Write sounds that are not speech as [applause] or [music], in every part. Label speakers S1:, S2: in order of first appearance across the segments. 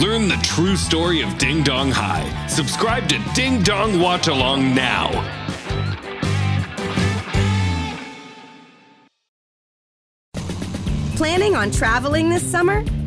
S1: Learn the true story of Ding Dong High. Subscribe to Ding Dong Watch Along now.
S2: Planning on traveling this summer?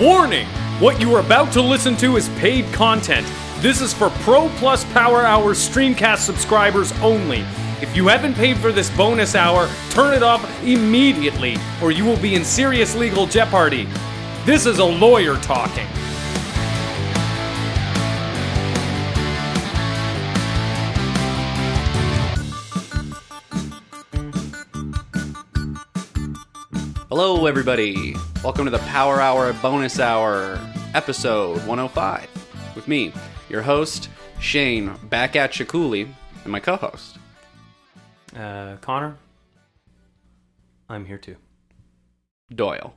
S3: Warning! What you are about to listen to is paid content. This is for Pro Plus Power Hour Streamcast subscribers only. If you haven't paid for this bonus hour, turn it off immediately, or you will be in serious legal jeopardy. This is a lawyer talking.
S4: Hello, everybody. Welcome to the Power Hour Bonus Hour, episode 105, with me, your host, Shane, back at Shakuli, and my co host.
S3: Uh, Connor, I'm here too.
S4: Doyle.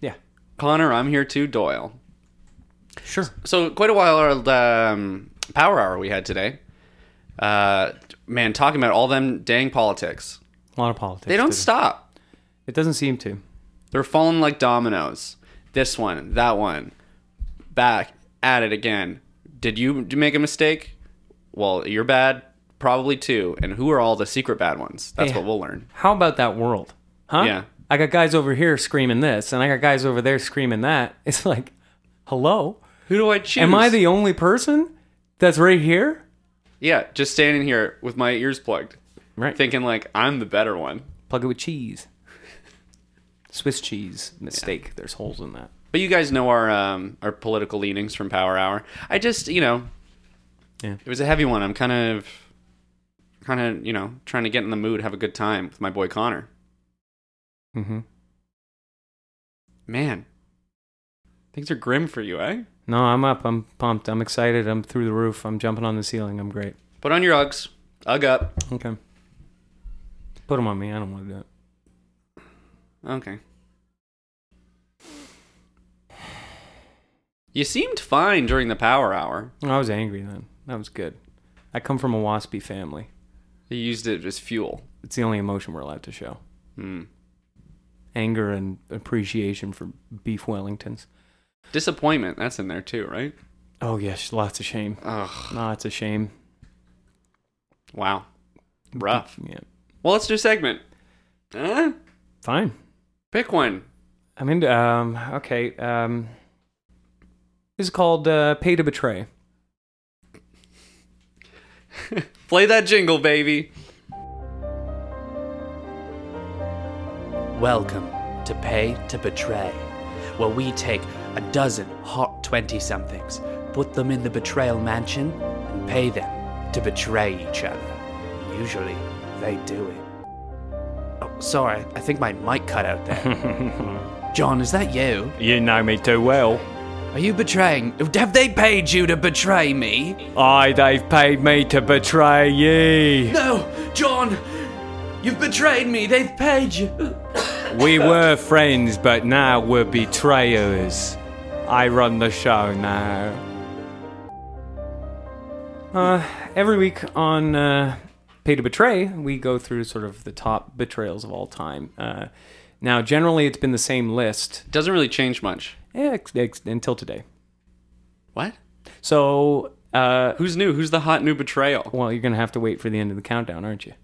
S3: Yeah,
S4: Connor, I'm here too, Doyle.
S3: sure.
S4: So, quite a wild um, Power Hour we had today. Uh, man, talking about all them dang politics.
S3: A lot of politics.
S4: They don't
S3: today.
S4: stop.
S3: It doesn't seem to.
S4: They're falling like dominoes. This one, that one, back at it again. Did you d- make a mistake? Well, you're bad, probably too. And who are all the secret bad ones? That's
S3: Yeah.
S4: what we'll learn.
S3: How about that world? Huh?
S4: Yeah.
S3: I got guys over here screaming this, and I got guys over there screaming that. [laughs] It's like, hello?
S4: Who do I choose?
S3: Am I the only person that's right here?
S4: Yeah, just standing here with my ears plugged,
S3: Right.
S4: thinking like I'm the better one.
S3: Plug it with cheese. Swiss cheese mistake. There's holes in that.
S4: But you guys know our um, our political leanings from Power Hour. I just, you know,
S3: Yeah.
S4: it was a heavy one. I'm kind of, kind of, you know, trying to get in the mood, have a good time with my boy Connor.
S3: Mm-hmm.
S4: Man, things are grim for you, eh?
S3: No, I'm up. I'm pumped. I'm excited. I'm through the roof. I'm jumping on the ceiling. I'm great.
S4: Put on your Uggs. Ugg up.
S3: Okay. Put them on me. I don't want to do it.
S4: Okay. You seemed fine during the power hour.
S3: I was angry then. That was good. I come from a waspy family.
S4: You used it as fuel.
S3: It's the only emotion we're allowed to show.
S4: Hmm.
S3: Anger and appreciation for beef Wellingtons.
S4: Disappointment, that's in there too, right?
S3: Oh yes, lots of shame.
S4: Ugh.
S3: [sighs] Lots of shame.
S4: Wow. Rough.
S3: Yeah.
S4: Well, let's do a segment. Huh?
S3: Fine.
S4: Pick one.
S3: I mean, um, okay. Um, this is called uh, Pay to Betray.
S4: Play that jingle, baby.
S5: Welcome to Pay to Betray, where we take a dozen hot 20 somethings, put them in the betrayal mansion, and pay them to betray each other. Usually, they do it. Oh, sorry, I think my mic cut out there. [laughs] John, is that you?
S3: You know me too well.
S5: Are you betraying? Have they paid you to betray me?
S3: Aye, they've paid me to betray ye.
S5: No, John! You've betrayed me! They've paid you!
S3: We were friends, but now we're betrayers. I run the show now. Uh, every week on uh, Pay to Betray, we go through sort of the top betrayals of all time. Uh, now, generally, it's been the same list eh,
S4: Doesn't really change much.
S3: ex- ex- until today.
S4: What?
S3: So, uh,
S4: Who's new? Who's the hot new betrayal?
S3: well, you're going to have to wait for the end of the countdown, aren't you?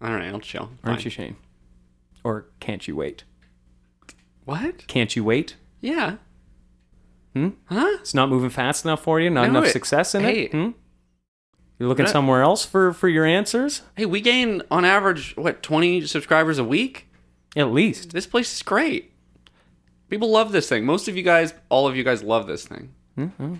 S4: All right, I'll chill.
S3: Aren't
S4: Fine.
S3: you, Shane? Or can't you wait?
S4: What? Hmm?
S3: Can't you wait?
S4: Yeah.
S3: It's not moving fast enough for you. Not
S4: No,
S3: enough
S4: it-
S3: success in
S4: hey.
S3: it. Hmm? You're looking
S4: Not-
S3: somewhere else for for your answers.
S4: Hey, we gain on average what twenty subscribers a week.
S3: At least
S4: This place is great. People love this thing. Most of you guys, all of you guys, love this thing. Mm-hmm.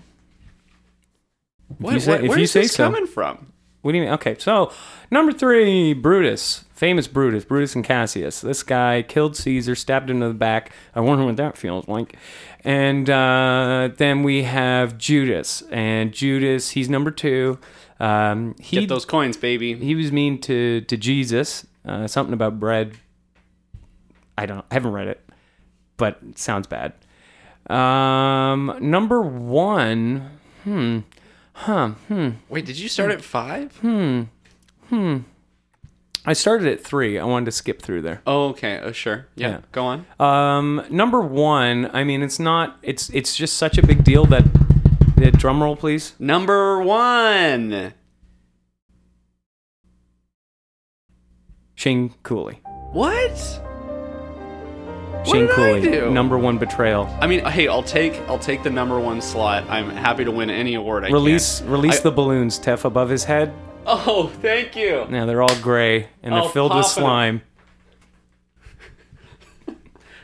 S4: What,
S3: you say-
S4: what-
S3: if
S4: where
S3: you
S4: is
S3: say
S4: this
S3: so.
S4: coming from?
S3: What do you mean? Okay, so number three, Brutus, famous Brutus, Brutus and Cassius. This guy killed Caesar, stabbed him in the back. I wonder what that feels like. And uh, then we have Judas, and Judas, he's number two. Um, he
S4: Get those coins, baby.
S3: he was mean to to Jesus, uh, something about bread. I don't, I haven't read it, but it sounds bad. Um, number one.
S4: Wait, did you start at five?
S3: Hmm. I started at three. I wanted to skip through there.
S4: Oh, okay. Oh, sure. Yeah.
S3: Yeah.
S4: Go on.
S3: Um, number one, I mean, it's not. It's it's just such a big deal that the drum roll, please.
S4: Number one.
S3: Shane Cooley.
S4: What?
S3: Shane
S4: did I
S3: Cooley.
S4: do?
S3: Number one betrayal.
S4: I mean, hey, I'll take I'll take the number one slot. I'm happy to win any award I
S3: Release
S4: can.
S3: release
S4: I-
S3: the balloons, Tef, above his head.
S4: [laughs] Oh, thank you.
S3: Now they're all gray and they're
S4: Oh,
S3: filled with
S4: popping 'em.
S3: slime.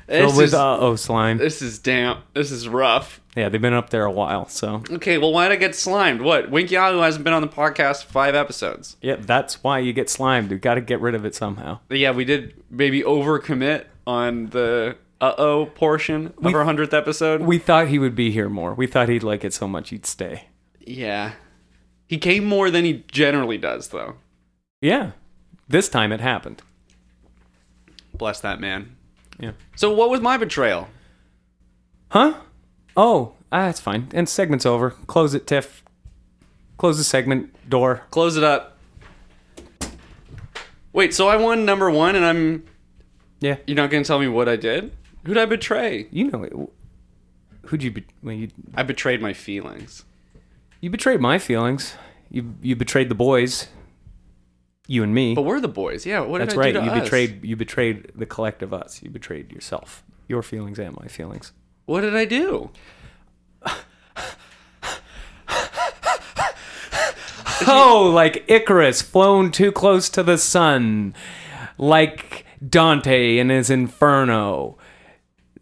S4: This
S3: filled with
S4: is,
S3: uh oh slime.
S4: this is damp. This is rough.
S3: Yeah, they've been up there a while, so
S4: Okay, well, why'd I get slimed? What? Wink Yahoo hasn't been on the podcast five episodes.
S3: yeah, that's why you get slimed. We've got to get rid of it somehow.
S4: But yeah, we did maybe overcommit on the uh oh portion of our 100th episode.
S3: We thought he would be here more. We thought he'd like it so much he'd stay.
S4: yeah. He came more than he generally does, though.
S3: Yeah. This time it happened.
S4: Bless that man.
S3: Yeah.
S4: So, what was my betrayal?
S3: Huh? Oh, ah, that's fine. And segment's over. Close it, Tiff. Close the segment door.
S4: Close it up. Wait, so I won number one, and I'm.
S3: Yeah.
S4: You're not going to tell me what I did? Who'd I betray?
S3: You know, it. who'd you be? Well, you,
S4: I betrayed my feelings.
S3: you betrayed my feelings. You you betrayed the boys. You and me.
S4: But we're the boys. Yeah, what
S3: that's
S4: did I
S3: right.
S4: do to
S3: You
S4: us?
S3: betrayed you betrayed the collective us. You betrayed yourself. Your feelings and my feelings.
S4: What did I do?
S3: Oh, like Icarus flown too close to the sun, like Dante in his Inferno.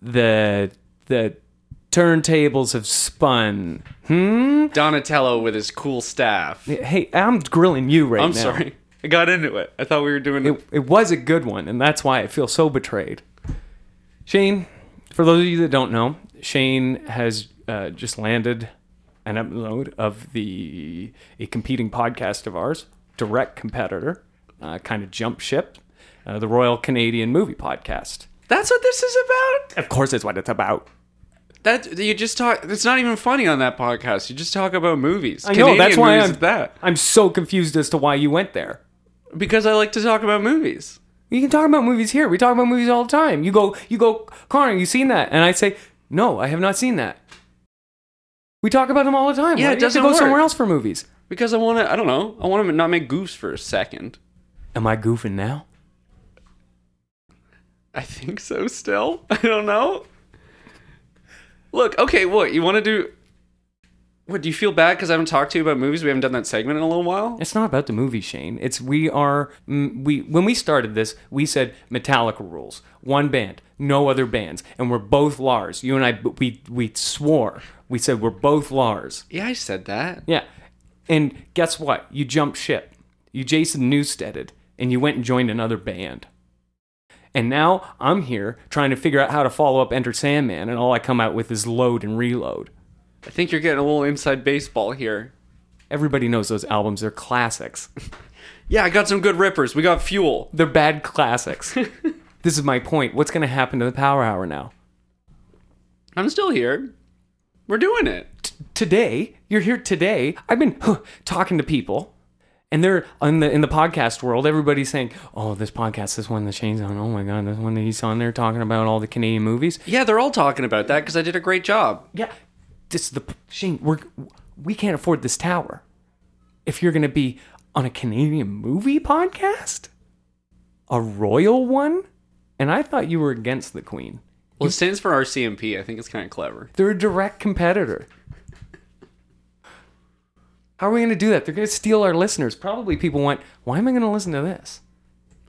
S3: The the turntables have spun.
S4: Donatello with his cool staff.
S3: Hey, I'm grilling you right
S4: I'm
S3: now.
S4: sorry. I got into it. I thought we were doing
S3: It, it was a good one, and that's why I feel so betrayed. Shane, for those of you that don't know, Shane has uh, just landed an upload of the a competing podcast of ours, direct competitor, uh, kind of jump ship, uh, the Royal Canadian Movie Podcast.
S4: That's what this is about?
S3: Of course, that's what it's about.
S4: That you just talk it's not even funny on that podcast. You just talk about movies.
S3: I know that's why
S4: movies
S3: I'm
S4: is that.
S3: I'm so confused as to why you went there.
S4: Because I like to talk about movies.
S3: We can talk about movies here. We talk about movies all the time. You go, you go, Connor, you seen that? And I say, no, I have not seen that. We talk about them all the time.
S4: Yeah,
S3: Why
S4: it
S3: do you have to
S4: doesn't
S3: go
S4: work.
S3: somewhere else for movies.
S4: Because I wanna I don't know. I wanna not make goofs for a second.
S3: Am I goofing now?
S4: I think so still. [laughs] I don't know. Look, okay, what you wanna do what, do you feel bad because I haven't talked to you about movies? We haven't done that segment in a little while.
S3: It's not about the movie, Shane. It's we are mm, we when we started this, we said Metallica rules, one band, no other bands, and we're both Lars. You and I, we we swore. We said we're both Lars.
S4: Yeah, I said that.
S3: Yeah. And guess what? You jumped ship. You Jason Newsteaded and you went and joined another band. And now I'm here trying to figure out how to follow up Enter Sandman, and all I come out with is load and reload.
S4: I think you're getting a little inside baseball here.
S3: Everybody knows those albums. They're classics. [laughs]
S4: Yeah, I got some good rippers. We got fuel.
S3: They're bad classics. this is my point. What's going to happen to the Power Hour now?
S4: I'm still here. We're doing it.
S3: today you're here today i've been huh, talking to people and they're in the in the podcast world everybody's saying oh this podcast this one that shane's on oh my god this one that he's on there talking about all the canadian movies
S4: Yeah, they're all talking about that because I did a great job.
S3: yeah this is the shane we're we can't afford this tower if you're gonna be on a canadian movie podcast a royal one and i thought you were against the queen
S4: Well, it stands for RCMP. I think it's kind of clever.
S3: They're a direct competitor. How are we going to do that? They're going to steal our listeners. Probably people went, why am I going to listen to this?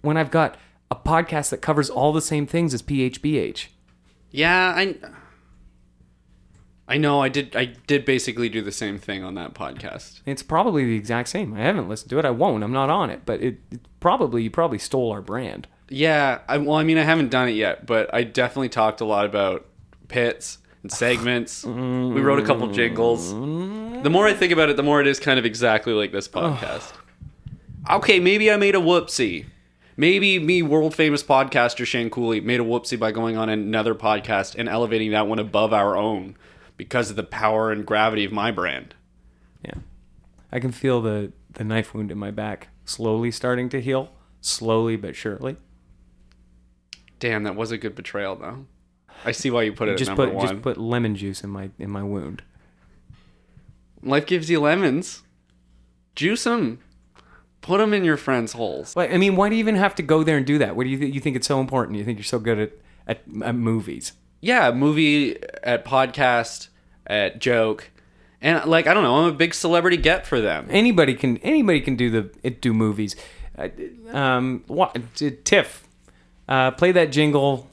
S3: When I've got a podcast that covers all the same things as PHBH.
S4: Yeah, I. I know. I did. I did basically do the same thing on that podcast.
S3: It's probably the exact same. I haven't listened to it. I won't. I'm not on it. But it, it probably, you probably stole our brand.
S4: Yeah. I, well, I mean, I haven't done it yet, but I definitely talked a lot about pits and segments. we wrote a couple jingles. The more I think about it, the more it is kind of exactly like this podcast. okay, maybe I made a whoopsie. Maybe me, world famous podcaster Shane Cooley, made a whoopsie by going on another podcast and elevating that one above our own because of the power and gravity of my brand.
S3: Yeah. I can feel the, the knife wound in my back slowly starting to heal, slowly but surely.
S4: Damn, that was a good betrayal, though. I see why you put it
S3: Just
S4: at number
S3: put
S4: one.
S3: just put lemon juice in my in my wound.
S4: Life gives you lemons. Juice them. Put them in your friends' holes.
S3: Like, I mean, why do you even have to go there and do that? What do you th- you think it's so important? You think you're so good at at, at movies?
S4: Yeah, movie at podcast at joke, and like I don't know, I'm a big celebrity get for them.
S3: Anybody can anybody can do the it do movies. Uh, um, what, Tiff, uh, play that jingle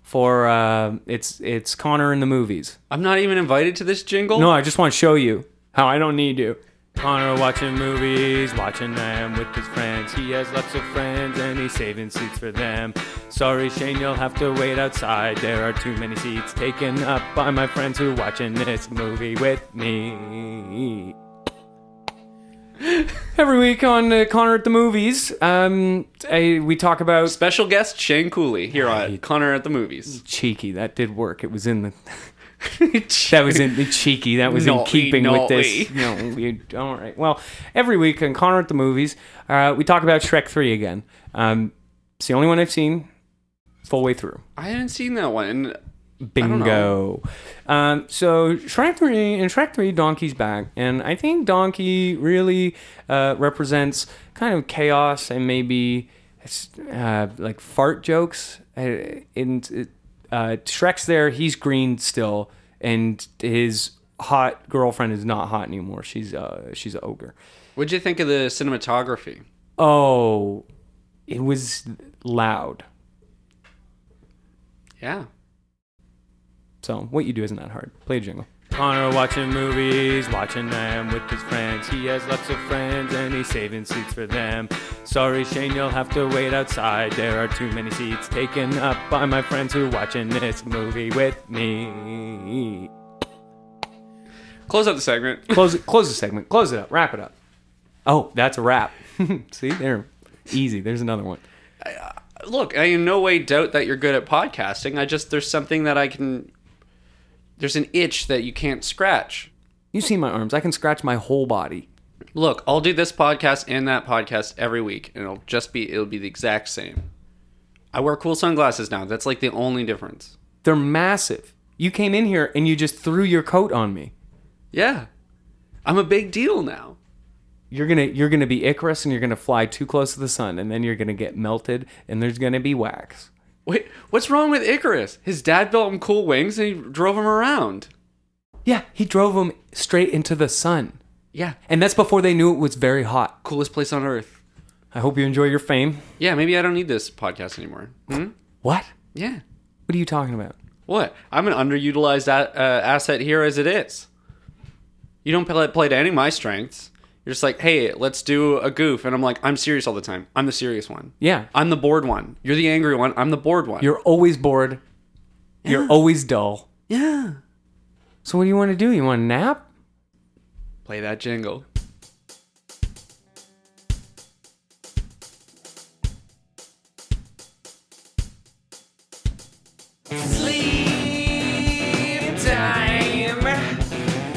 S3: for uh, it's it's Connor in the movies.
S4: I'm not even invited to this jingle.
S3: No, I just want to show you how I don't need you. Connor watching movies, watching them with his friends. He has lots of friends and he's saving seats for them. Sorry, Shane, you'll have to wait outside. There are too many seats taken up by my friends who watching this movie with me. Every week on uh, Connor at the Movies, um, I, we talk about
S4: Special guest Shane Cooley here on Connor at the movies.
S3: cheeky. That did work. It was in the.
S4: [laughs]
S3: Mm. that was in the cheeky. That was in
S4: Naughty,
S3: keeping with this.
S4: naughty.
S3: No, we, all right. Well, every week on Connor at the movies, uh, we talk about Shrek Three again. Um, it's the only one I've seen full way through.
S4: I haven't seen that one. and
S3: Bingo. Um, so Shrek Three in Shrek Three, Donkey's back, and I think Donkey really uh, represents kind of chaos and maybe uh, like fart jokes. Uh, And uh, Shrek's there; he's green still, and his hot girlfriend is not hot anymore. She's uh, she's an ogre.
S4: What'd you think of the cinematography?
S3: Oh, it was loud.
S4: Yeah.
S3: So what you do isn't that hard. Play a jingle. Connor watching movies, watching them with his friends. He has lots of friends and he's saving seats for them. Sorry, Shane, you'll have to wait outside. There are too many seats taken up by my friends who watching this movie with me.
S4: Close out the segment.
S3: Close it, close the segment. Close it up. Wrap it up. Oh, that's a [laughs] wrap. See, there. Easy. There's another one.
S4: Look, I in no way doubt that you're good at podcasting. I just there's something that I can. There's an itch that you can't scratch.
S3: You see my arms. I can scratch my whole body.
S4: Look, I'll do this podcast and that podcast every week, and it'll just be it'll be the exact same. I wear cool sunglasses now. That's like the only difference.
S3: They're massive. You came in here and you just threw your coat on me.
S4: Yeah, I'm a big deal now.
S3: you're gonna you're gonna be Icarus and you're gonna fly too close to the sun and then you're gonna get melted and there's gonna be wax.
S4: Wait, what's wrong with Icarus? His dad built him cool wings and he drove him around.
S3: Yeah, he drove him straight into the sun,
S4: Yeah,
S3: and that's before they knew it was very hot.
S4: coolest place on earth.
S3: I hope you enjoy your fame.
S4: Yeah, maybe I don't need this podcast anymore. Hmm?
S3: What?
S4: Yeah.
S3: What are you talking about?
S4: What? I'm an underutilized a- uh, asset here as it is. You don't play, play to any of my strengths. You're just like, hey, let's do a goof. And I'm like, I'm serious all the time. I'm the serious one.
S3: Yeah,
S4: I'm the bored one. You're the angry one. I'm the bored one.
S3: you're always bored. You're always dull.
S4: yeah.
S3: So what do you want to do? You want to nap?
S4: Play that jingle.
S6: sleep time.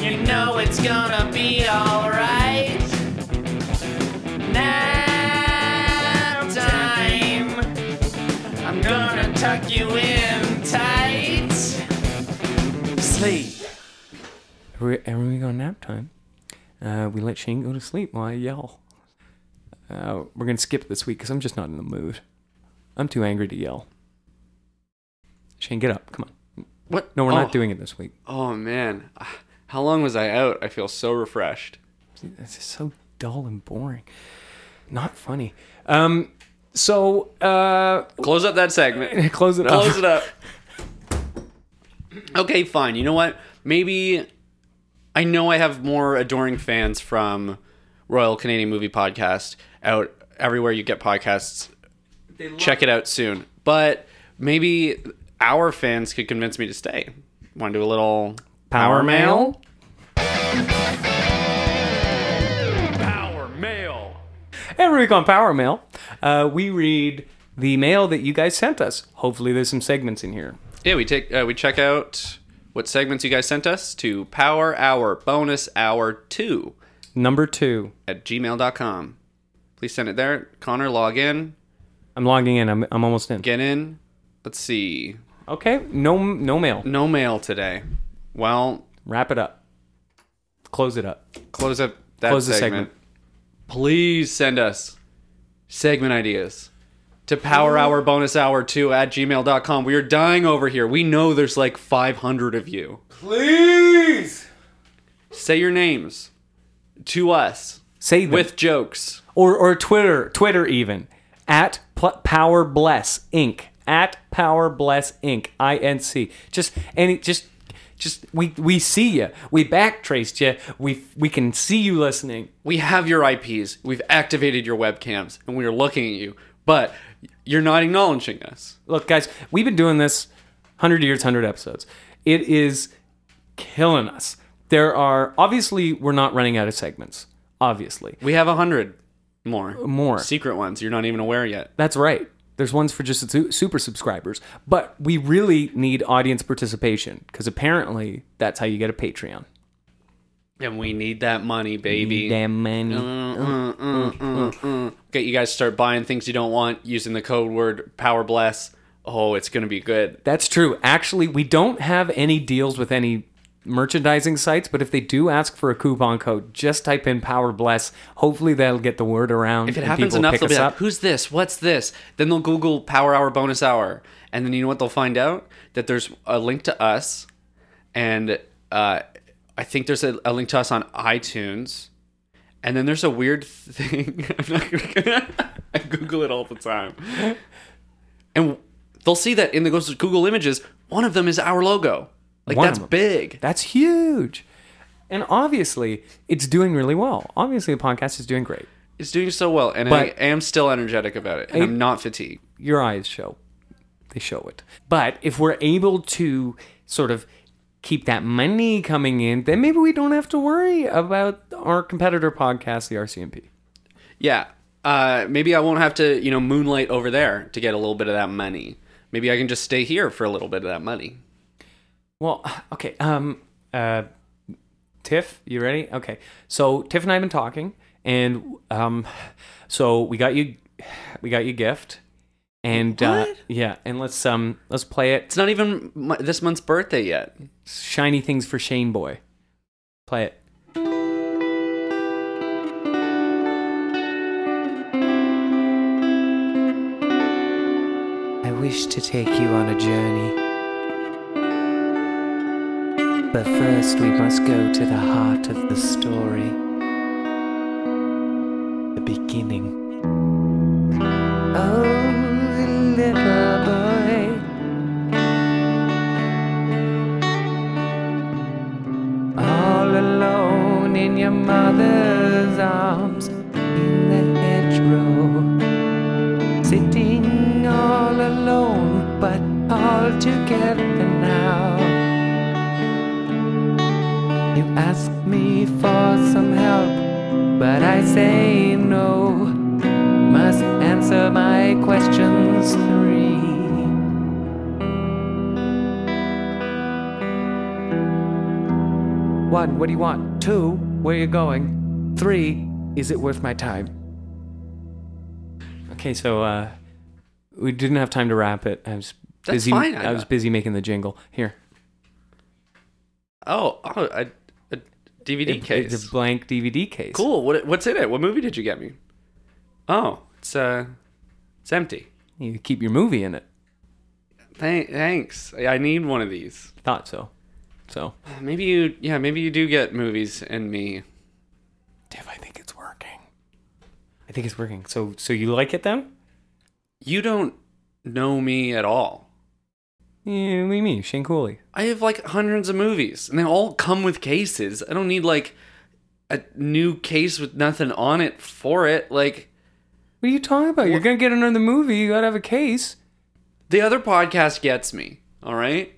S6: You know it's gonna be alright. Nap time. I'm gonna tuck you in tight. Sleep.
S3: Every, every we go nap time, uh, we let Shane go to sleep while I yell. Uh, we're gonna skip this week because I'm just not in the mood. I'm too angry to yell. Shane, get up. Come on.
S4: What?
S3: No, we're
S4: Oh.
S3: not doing it this week.
S4: Oh man, [sighs] Ah, how long was I out? I feel so refreshed.
S3: This is so dull and boring. Not funny. Um, so uh,
S4: Close up that segment.
S3: [laughs] close it up.
S4: Close it up. [clears throat] Okay, fine. You know what? Maybe I know I have more adoring fans from Royal Canadian Movie Podcast out everywhere you get podcasts. Check it out soon. But maybe our fans could convince me to stay. Want to do a little
S3: Power mail?
S4: Power mail.
S3: Every week on Power Mail, uh, we read the mail that you guys sent us. Hopefully, there's some segments in here.
S4: Yeah, we take uh, we check out what segments you guys sent us to Power Hour Bonus Hour 2
S3: Number two.
S4: at gmail.com. Please send it there. Connor, log in.
S3: I'm logging in. I'm, I'm almost in.
S4: Get in. Let's see.
S3: Okay. No no mail.
S4: No mail today. Well,
S3: Wrap it up. Close it up.
S4: close up that
S3: Close the
S4: segment.
S3: segment.
S4: Please send us segment ideas to Power Hour Bonus Hour 2 at gmail.com. We are dying over here. We know there's like 500 of you.
S3: Please
S4: Say your names to us
S3: say them.
S4: with jokes.
S3: or or Twitter Twitter even at pl- Power Bless Inc. at Power Bless Inc. I N C. Just any just just we we see you. We backtraced you. We we can see you listening.
S4: we have your IPs, we've activated your webcams, and we are looking at you, but you're not acknowledging us.
S3: Look, guys, we've been doing this 100 years, 100 episodes. It is killing us. There are obviously we're not running out of segments. Obviously,
S4: We have a hundred more.
S3: more.
S4: Secret ones you're not even aware yet.
S3: That's right. There's ones for just su- super subscribers, but we really need audience participation because apparently that's how you get a Patreon.
S4: And we need that money, baby.
S3: Damn money.
S4: Uh-huh. Get you guys to start buying things you don't want using the code word power bless. Oh, it's gonna be good.
S3: That's true. Actually, we don't have any deals with any merchandising sites, but if they do ask for a coupon code, just type in Power Bless. Hopefully, that'll get the word around.
S4: If it
S3: and
S4: happens
S3: people
S4: enough,
S3: pick
S4: they'll be
S3: us
S4: like,
S3: up.
S4: "Who's this? What's this?" Then they'll Google Power Hour Bonus Hour, and then you know what they'll find out that there's a link to us, and uh, I think there's a, a link to us on iTunes, and then there's a weird thing. [laughs] I'm not gonna. [laughs] I Google it all the time, and they'll see that in the Google Images, one of them is our logo. Like
S3: One of
S4: that's
S3: them.
S4: big.
S3: That's huge. And obviously, it's doing really well. Obviously, the podcast is doing great.
S4: It's doing so well, and I
S3: But-
S4: am still energetic about it, and I'm not fatigued.
S3: your eyes show they show it but if we're able to sort of keep that money coming in then maybe we don't have to worry about our competitor podcast the rcmp
S4: Yeah. Uh, maybe I won't have to, you know, moonlight over there to get a little bit of that money. Maybe I can just stay here for a little bit of that money.
S3: well [sighs] okay um uh tiff you ready okay so tiff and i've been talking and um so we got you we got you a gift and uh
S4: What?
S3: yeah and let's um let's play it
S4: It's not even m- this month's birthday yet.
S3: shiny things for shane boy play it
S7: I wish to take you on a journey. But first, we must go to the heart of the story. The beginning. Oh, little boy. All alone in your mother's arms in the hedgerow sitting all alone, but all together now. You ask me for some help, but I say no. Must answer my questions three. One, what do you want? Two, where are you going? Three, is it worth my time?
S3: Okay, so uh, we didn't have time to wrap it. I was
S4: That's
S3: busy.
S4: fine,
S3: I was
S4: Ida.
S3: busy making the jingle. Here,
S4: Oh, oh a, a DVD
S3: It-
S4: case.
S3: it's a blank DVD case.
S4: cool. What, what's in it? What movie did you get me? Oh, it's uh, it's empty.
S3: You keep your movie in it.
S4: Thank, thanks. I I need one of these.
S3: Thought so. So,
S4: Maybe you, yeah, maybe you do get movies and me.
S3: Div, I think it's working. I think it's working. So, so you like it then?
S4: You don't know me at all.
S3: Yeah, what do you mean, Shane Cooley?
S4: I have like hundreds of movies, and they all come with cases. I don't need like a new case with nothing on it for it. Like
S3: What are you talking about? You're gonna get another movie. You gotta have a case.
S4: the other podcast gets me. All right,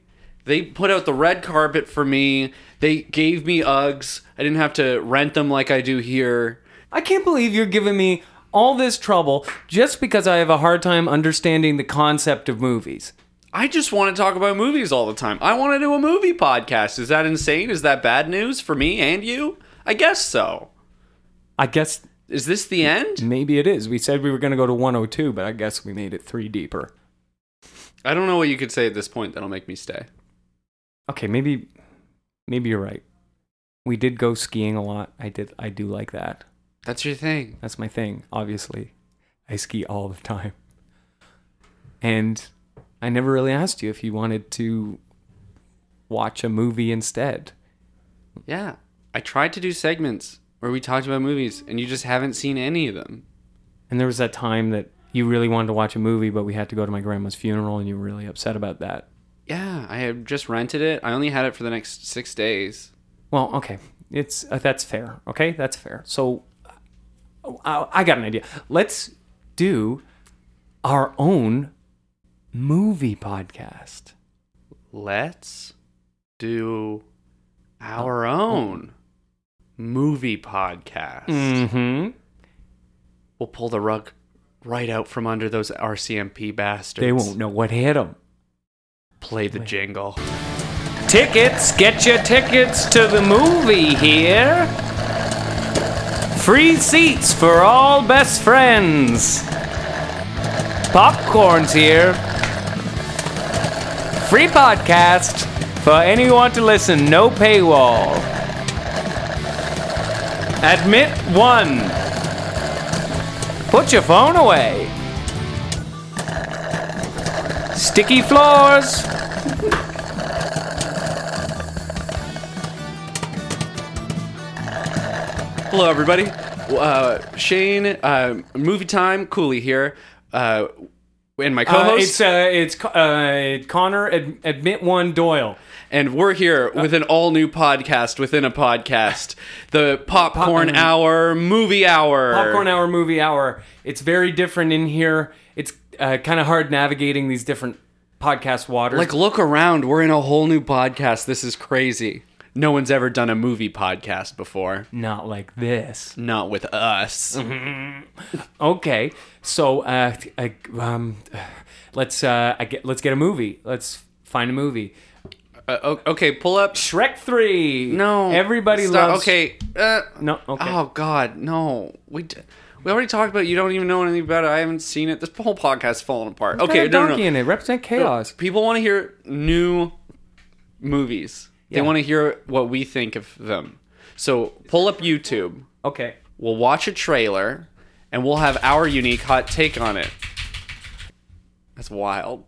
S4: they put out the red carpet for me. They gave me Uggs. I didn't have to rent them like I do here.
S3: I can't believe you're giving me all this trouble just because I have a hard time understanding the concept of movies.
S4: I just want to talk about movies all the time. I want to do a movie podcast. Is that insane? Is that bad news for me and you? I guess so.
S3: I guess
S4: Is this the end?
S3: maybe it is. We said we were gonna go to 102, but I guess we made it three deeper.
S4: I don't know what you could say at this point that'll make me stay.
S3: Okay, maybe, maybe you're right. We did go skiing a lot. I did. I do like that.
S4: That's your thing.
S3: That's my thing, obviously. I ski all the time. And I never really asked you if you wanted to watch a movie instead.
S4: Yeah. I tried to do segments where we talked about movies and you just haven't seen any of them.
S3: And there was that time that you really wanted to watch a movie, but we had to go to my grandma's funeral, and you were really upset about that.
S4: Yeah, I had just rented it. I only had it for the next six days.
S3: Well, okay, it's uh, that's fair. Okay, that's fair. So, uh, I, I got an idea. Let's do our own movie podcast.
S4: Let's do our
S3: Oh.
S4: own movie podcast.
S3: Mm-hmm.
S4: We'll pull the rug right out from under those RCMP bastards.
S3: They won't know what hit them.
S4: play the jingle.
S3: Tickets, get your tickets to the movie here. Free seats for all best friends. Popcorn's here. Free podcast for anyone to listen, no paywall. Admit one. Put your phone away. Sticky floors.
S4: Hello, everybody. Uh, Shane, uh, movie time. Cooley here, uh, and my
S3: Uh,
S4: co-host.
S3: it's uh, it's Co- uh, Connor Ad- admit one Doyle.
S4: And we're here
S3: uh,
S4: with an all new podcast within a podcast. The Popcorn Hour Movie Hour.
S3: Popcorn hour, movie hour. It's very different in here. It's uh, kind of hard navigating these different podcast waters.
S4: Like, look around. We're in a whole new podcast. This is crazy. No one's ever done a movie podcast before.
S3: not like this.
S4: Not with us.
S3: Mm-hmm. Okay, so uh, I, um, let's uh, I get, let's get a movie. Let's find a movie.
S4: Uh, o- okay, pull up.
S3: Shrek three.
S4: No.
S3: everybody
S4: Stop.
S3: loves.
S4: Okay. Uh,
S3: No. Okay.
S4: Oh, God. No. We. D- we already talked about it. you don't even know anything about it. I haven't seen it. This whole podcast's falling apart.
S3: Got a
S4: Okay, no, no,
S3: donkey
S4: no.
S3: in it. Represent chaos.
S4: People want to hear new movies. They
S3: Yeah.
S4: want to hear what we think of them. So pull up YouTube.
S3: Okay.
S4: We'll watch a trailer, and we'll have our unique hot take on it. That's wild.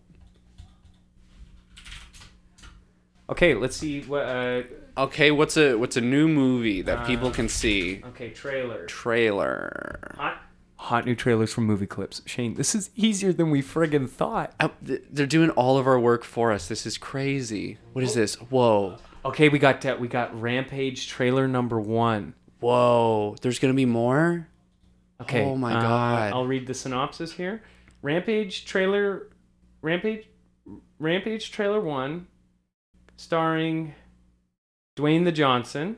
S3: Okay. Let's see what. Uh,
S4: Okay, what's a what's a new movie that people can see?
S3: okay. Trailer.
S4: Trailer.
S3: Hot. new trailers from movie clips. Shane, this is easier than we friggin' thought.
S4: Oh, th- They're doing all of our work for us. This is crazy. What is this? Whoa,
S3: Okay, we got uh, we got Rampage trailer number one.
S4: whoa. There's gonna be more.
S3: Okay.
S4: Oh my
S3: uh,
S4: God.
S3: I'll read the synopsis here. Rampage trailer, Rampage, Rampage trailer one, starring Dwayne the Johnson.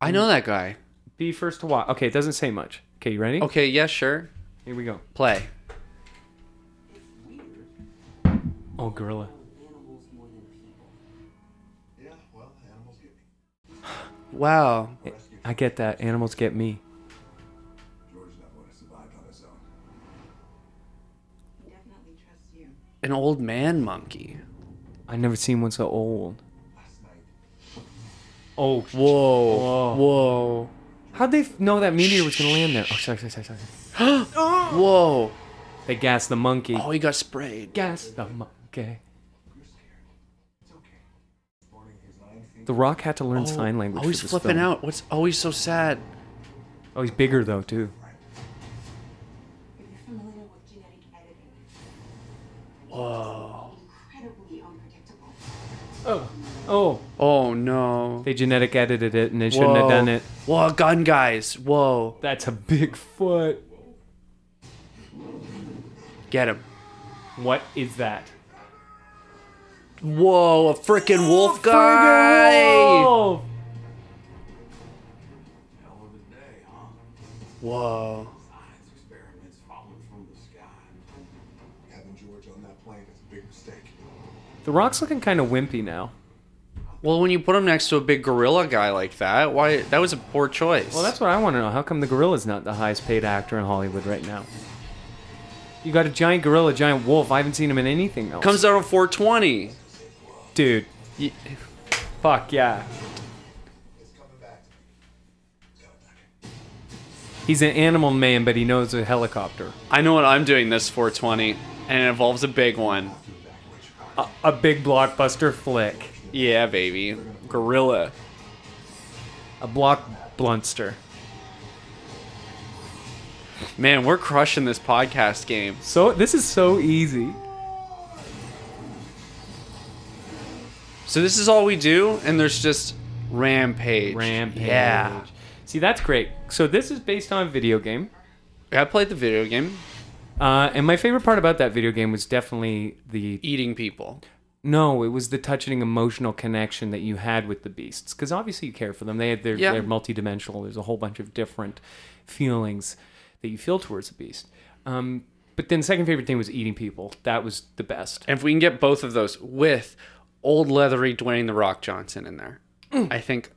S4: I know that guy.
S3: Be first to watch. Okay, it doesn't say much. Okay, you ready?
S4: Okay, yeah, sure.
S3: Here we go.
S4: Play.
S3: Oh, gorilla.
S4: Wow.
S3: I get that. Animals get me.
S4: an old man monkey.
S3: I've never seen one so old. Oh,
S4: Whoa. Whoa.
S3: how'd they f- know that meteor was gonna land there? Oh, sorry, sorry, sorry, sorry. [gasps]
S4: Whoa.
S3: They gassed the monkey.
S4: Oh, he got sprayed.
S3: Gas the monkey. okay. The Rock had to learn sign language.
S4: Always
S3: for this
S4: flipping
S3: film.
S4: out. What's always so sad?
S3: Oh, he's bigger though too.
S8: familiar with genetic editing. Whoa. Incredibly unpredictable.
S3: Oh, oh.
S4: Oh no.
S3: They genetic edited it and they shouldn't have done it.
S4: Whoa, gun guys. Whoa.
S3: That's a big foot.
S4: Get him.
S3: What is that?
S4: Whoa, a freaking wolf guy.
S3: Oh,
S4: Whoa.
S9: experiments falling from the sky. Having George on that plane is a big mistake.
S3: The Rock's looking kind of wimpy now.
S4: Well, when you put him next to a big gorilla guy like that, why? That was a poor choice.
S3: Well, that's what I want to know. How come the gorilla's not the highest paid actor in Hollywood right now? You got a giant gorilla, giant wolf. I haven't seen him in anything else.
S4: comes out on 420.
S3: dude.
S4: Ye-
S3: Fuck yeah.
S9: It's coming back to me. It's coming back.
S3: He's an animal man, but he knows a helicopter.
S4: I know what I'm doing this 420, and it involves a big one.
S3: A big blockbuster flick.
S4: Yeah, baby. Gorilla.
S3: A block blunster.
S4: Man, we're crushing this podcast game.
S3: So this is so easy.
S4: So this is all we do, and there's just rampage.
S3: Rampage.
S4: Yeah.
S3: See, that's great. So this is based on a video game.
S4: I played the video game,
S3: Uh, and my favorite part about that video game was definitely the
S4: eating people.
S3: no, it was the touching emotional connection that you had with the beasts because obviously you care for them. They had their
S4: Yeah.
S3: they're multidimensional. There's a whole bunch of different feelings that you feel towards a beast. Um, but then second favorite thing was eating people. That was the best.
S4: And if we can get both of those with old leathery Dwayne the Rock Johnson in there,
S3: Mm.
S4: I think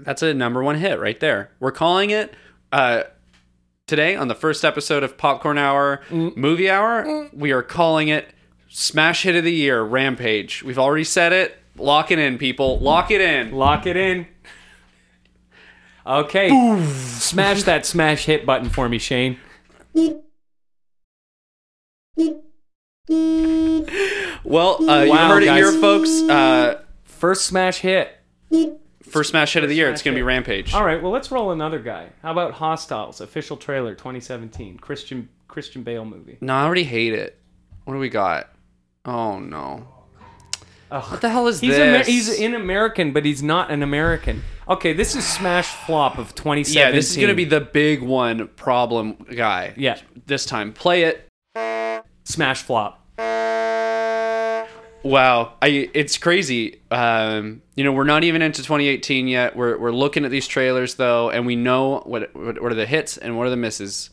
S4: that's a number one hit right there. We're calling it uh, today on the first episode of Popcorn Hour
S3: Mm.
S4: Movie Hour. We are calling it Smash Hit of the Year Rampage. We've already said it. Lock it in, people. Lock it in.
S3: Lock it in. Okay. Smash that smash hit button for me, Shane.
S4: Well, uh, you
S3: Wow,
S4: heard it
S3: guys.
S4: here, folks. Uh,
S3: First smash hit.
S4: first Smash Hit of the Year. It's going to be Rampage.
S3: All right, well, let's roll another guy. How about Hostiles, official trailer 2017, Christian Christian Bale movie.
S4: No, I already hate it. What do we got? Oh, no.
S3: Ugh.
S4: What the hell is
S3: He's Amer-
S4: this?
S3: he's an American, but he's not an American. Okay, this is smash flop of 2017.
S4: Yeah, this is going to be the big one problem guy.
S3: Yeah.
S4: This time. Play it.
S3: smash flop.
S4: Wow. I it's crazy. Um, you know, we're not even into 2018 yet. We're we're looking at these trailers though and we know what what, what are the hits and what are the misses.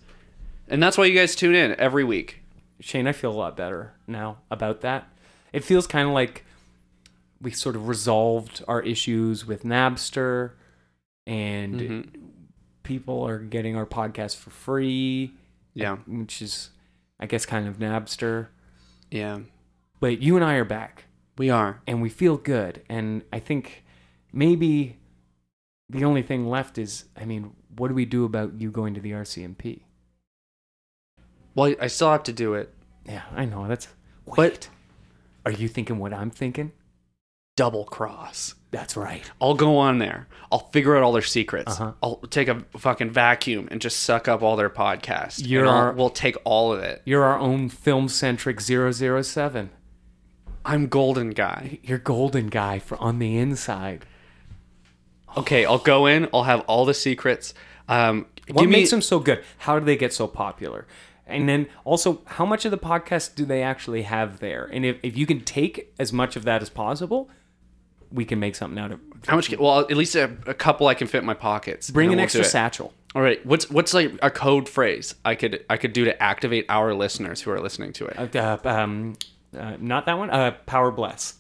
S4: And that's why you guys tune in every week.
S3: Shane, I feel a lot better now about that. It feels kind of like we sort of resolved our issues with Napster and
S4: Mm-hmm.
S3: people are getting our podcast for free,
S4: Yeah.
S3: which is I guess kind of Napster.
S4: Yeah.
S3: But you and I are back.
S4: We are.
S3: and we feel good. And I think maybe the only thing left is, I mean, what do we do about you going to the RCMP?
S4: Well, I still have to do it.
S3: Yeah, I know that's. Wait,
S4: But
S3: are you thinking what I'm thinking?
S4: double cross.
S3: That's right.
S4: I'll go on there. I'll figure out all their secrets.
S3: Uh-huh.
S4: I'll take a fucking vacuum and just suck up all their podcasts. And
S3: You're-
S4: I'll- we'll take all of it.
S3: You're our own film centric 007.
S4: I'm golden guy.
S3: You're golden guy for on the inside.
S4: Okay, I'll go in. I'll have all the secrets. Um,
S3: What
S4: give me
S3: makes them so good? How do they get so popular? And then also, how much of the podcast do they actually have there? And if, if you can take as much of that as possible, we can make something out of
S4: how much? Well, at least a, a couple I can fit in my pockets.
S3: Bring
S4: and
S3: an
S4: we'll
S3: extra
S4: do it.
S3: satchel.
S4: All right. What's what's like a code phrase I could I could do to activate our listeners who are listening to it?
S3: Uh, um, uh, not that one. Uh, Power Bless.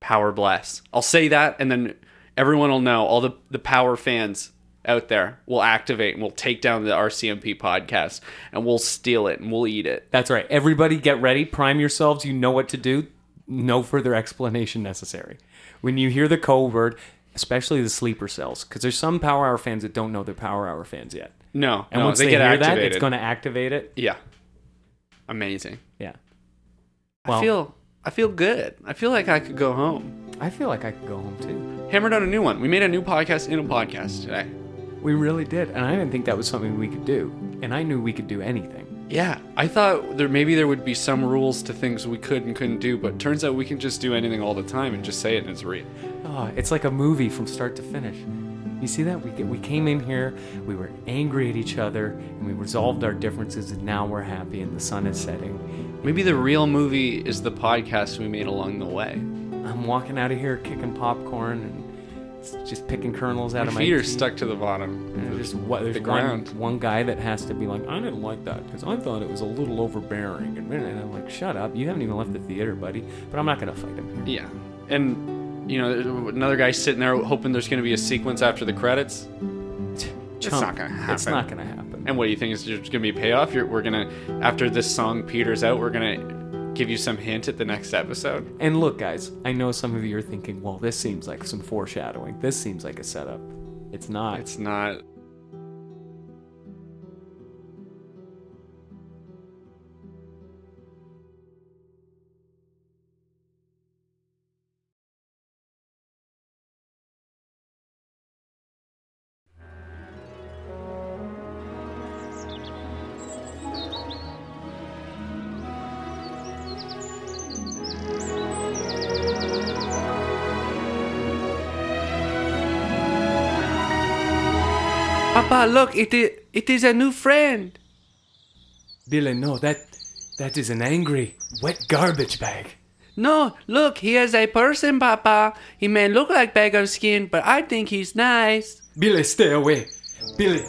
S4: power bless. I'll say that, and then everyone will know. All the the power fans out there will activate and we'll take down the RCMP podcast and we'll steal it and we'll eat it.
S3: That's right. Everybody, get ready. Prime yourselves. You know what to do. No further explanation necessary. When you hear the code word, especially the sleeper cells, because there's some Power Hour fans that don't know they're Power Hour fans yet.
S4: No,
S3: And
S4: no,
S3: once they, hear that, it's going to activate it.
S4: yeah, amazing.
S3: Yeah.
S4: I feel I feel good. I feel like I could go home.
S3: I feel like I could go home too.
S4: Hammered out a new one. We made a new podcast in a podcast today.
S3: We really did, and I didn't think that was something we could do. And I knew we could do anything.
S4: Yeah, I thought there maybe there would be some rules to things we could and couldn't do, but turns out we can just do anything all the time and just say it and it's real.
S3: Oh, it's like a movie from start to finish. You see that? We, we came in here, we were angry at each other, and we resolved our differences, and now we're happy, and the sun is setting.
S4: Maybe the real movie is the podcast we made along the way.
S3: I'm walking out of here kicking popcorn and s- just picking kernels out
S4: My
S3: of
S4: feet
S3: my
S4: are stuck to the bottom.
S3: And
S4: of
S3: there's what, there's
S4: the
S3: one,
S4: ground.
S3: one guy that has to be like, I didn't like that because I thought it was a little overbearing. And then- and I'm like, shut up. You haven't even left the theater, buddy. But I'm not going to fight him here.
S4: Yeah, and you know there's another guy sitting there hoping there's going to be a sequence after the credits.
S3: Chump.
S4: not gonna
S3: It's
S4: happen.
S3: not going to happen.
S4: And what do you think is there's going to be a payoff? You're, we're gonna after this song peters out, we're gonna give you some hint at the next episode.
S3: And look, guys, I know some of you are thinking, well, this seems like some foreshadowing. This seems like a setup. It's not.
S4: It's not.
S5: Papa, look, it is, it is a new friend.
S3: Billy, no, that that is an angry, wet garbage bag.
S5: No, look, he is a person, Papa. He may look like bag of skin, but I think he's nice.
S3: Billy, stay away. Billy,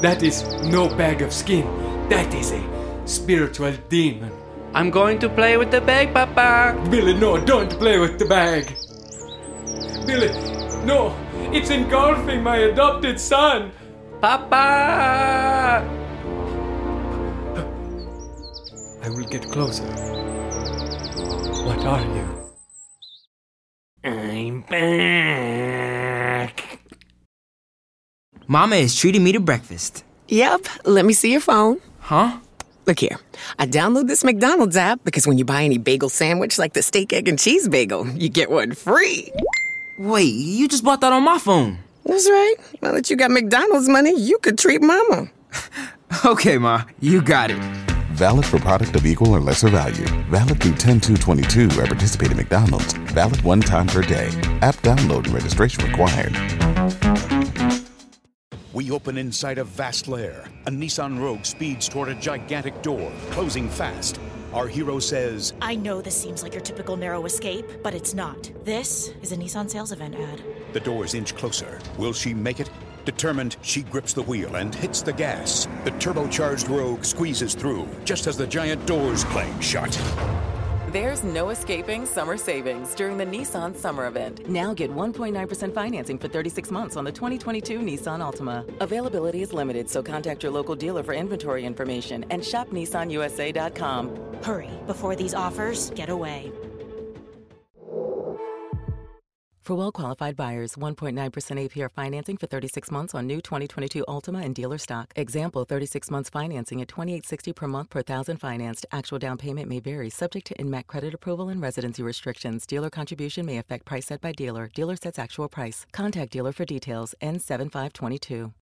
S3: that is no bag of skin. That is a spiritual demon.
S5: I'm going to play with the bag, Papa.
S3: Billy, no, don't play with the bag. Billy, no, it's engulfing my adopted son.
S5: Papa!
S3: I will get closer. What are you? I'm back.
S10: Mama is treating me to breakfast.
S11: Yep. Let me see your phone.
S10: Huh?
S11: Look here. I download this McDonald's app because when you buy any bagel sandwich, like the steak, egg, and cheese bagel, you get one free.
S10: Wait, you just bought that on my phone.
S11: That's right. Now that you got McDonald's money, you could treat mama.
S10: [laughs] Okay, Ma, you got it.
S9: Valid for product of equal or lesser value. Valid through 10-2-22 at participating McDonald's. Valid one time per day. App download and registration required.
S12: We open inside a vast lair. A Nissan Rogue speeds toward a gigantic door, closing fast. Our hero says,
S13: I know this seems like your typical narrow escape, but it's not. This is a Nissan sales event ad.
S12: The doors inch closer. Will she make it? Determined, she grips the wheel and hits the gas. The turbocharged Rogue squeezes through just as the giant doors clang shut.
S14: There's no escaping summer savings during the Nissan Summer Event. Now get 1.9% financing for 36 months on the 2022 Nissan Altima. Availability is limited, so contact your local dealer for inventory information and shop nissanusa.com.
S13: Hurry before these offers get away.
S14: For well qualified buyers, 1.9% APR financing for 36 months on new 2022 Ultima and dealer stock. Example 36 months financing at 2860 per month per thousand financed. Actual down payment may vary, subject to NMAC credit approval and residency restrictions. Dealer contribution may affect price set by dealer. Dealer sets actual price. Contact dealer for details. N7522.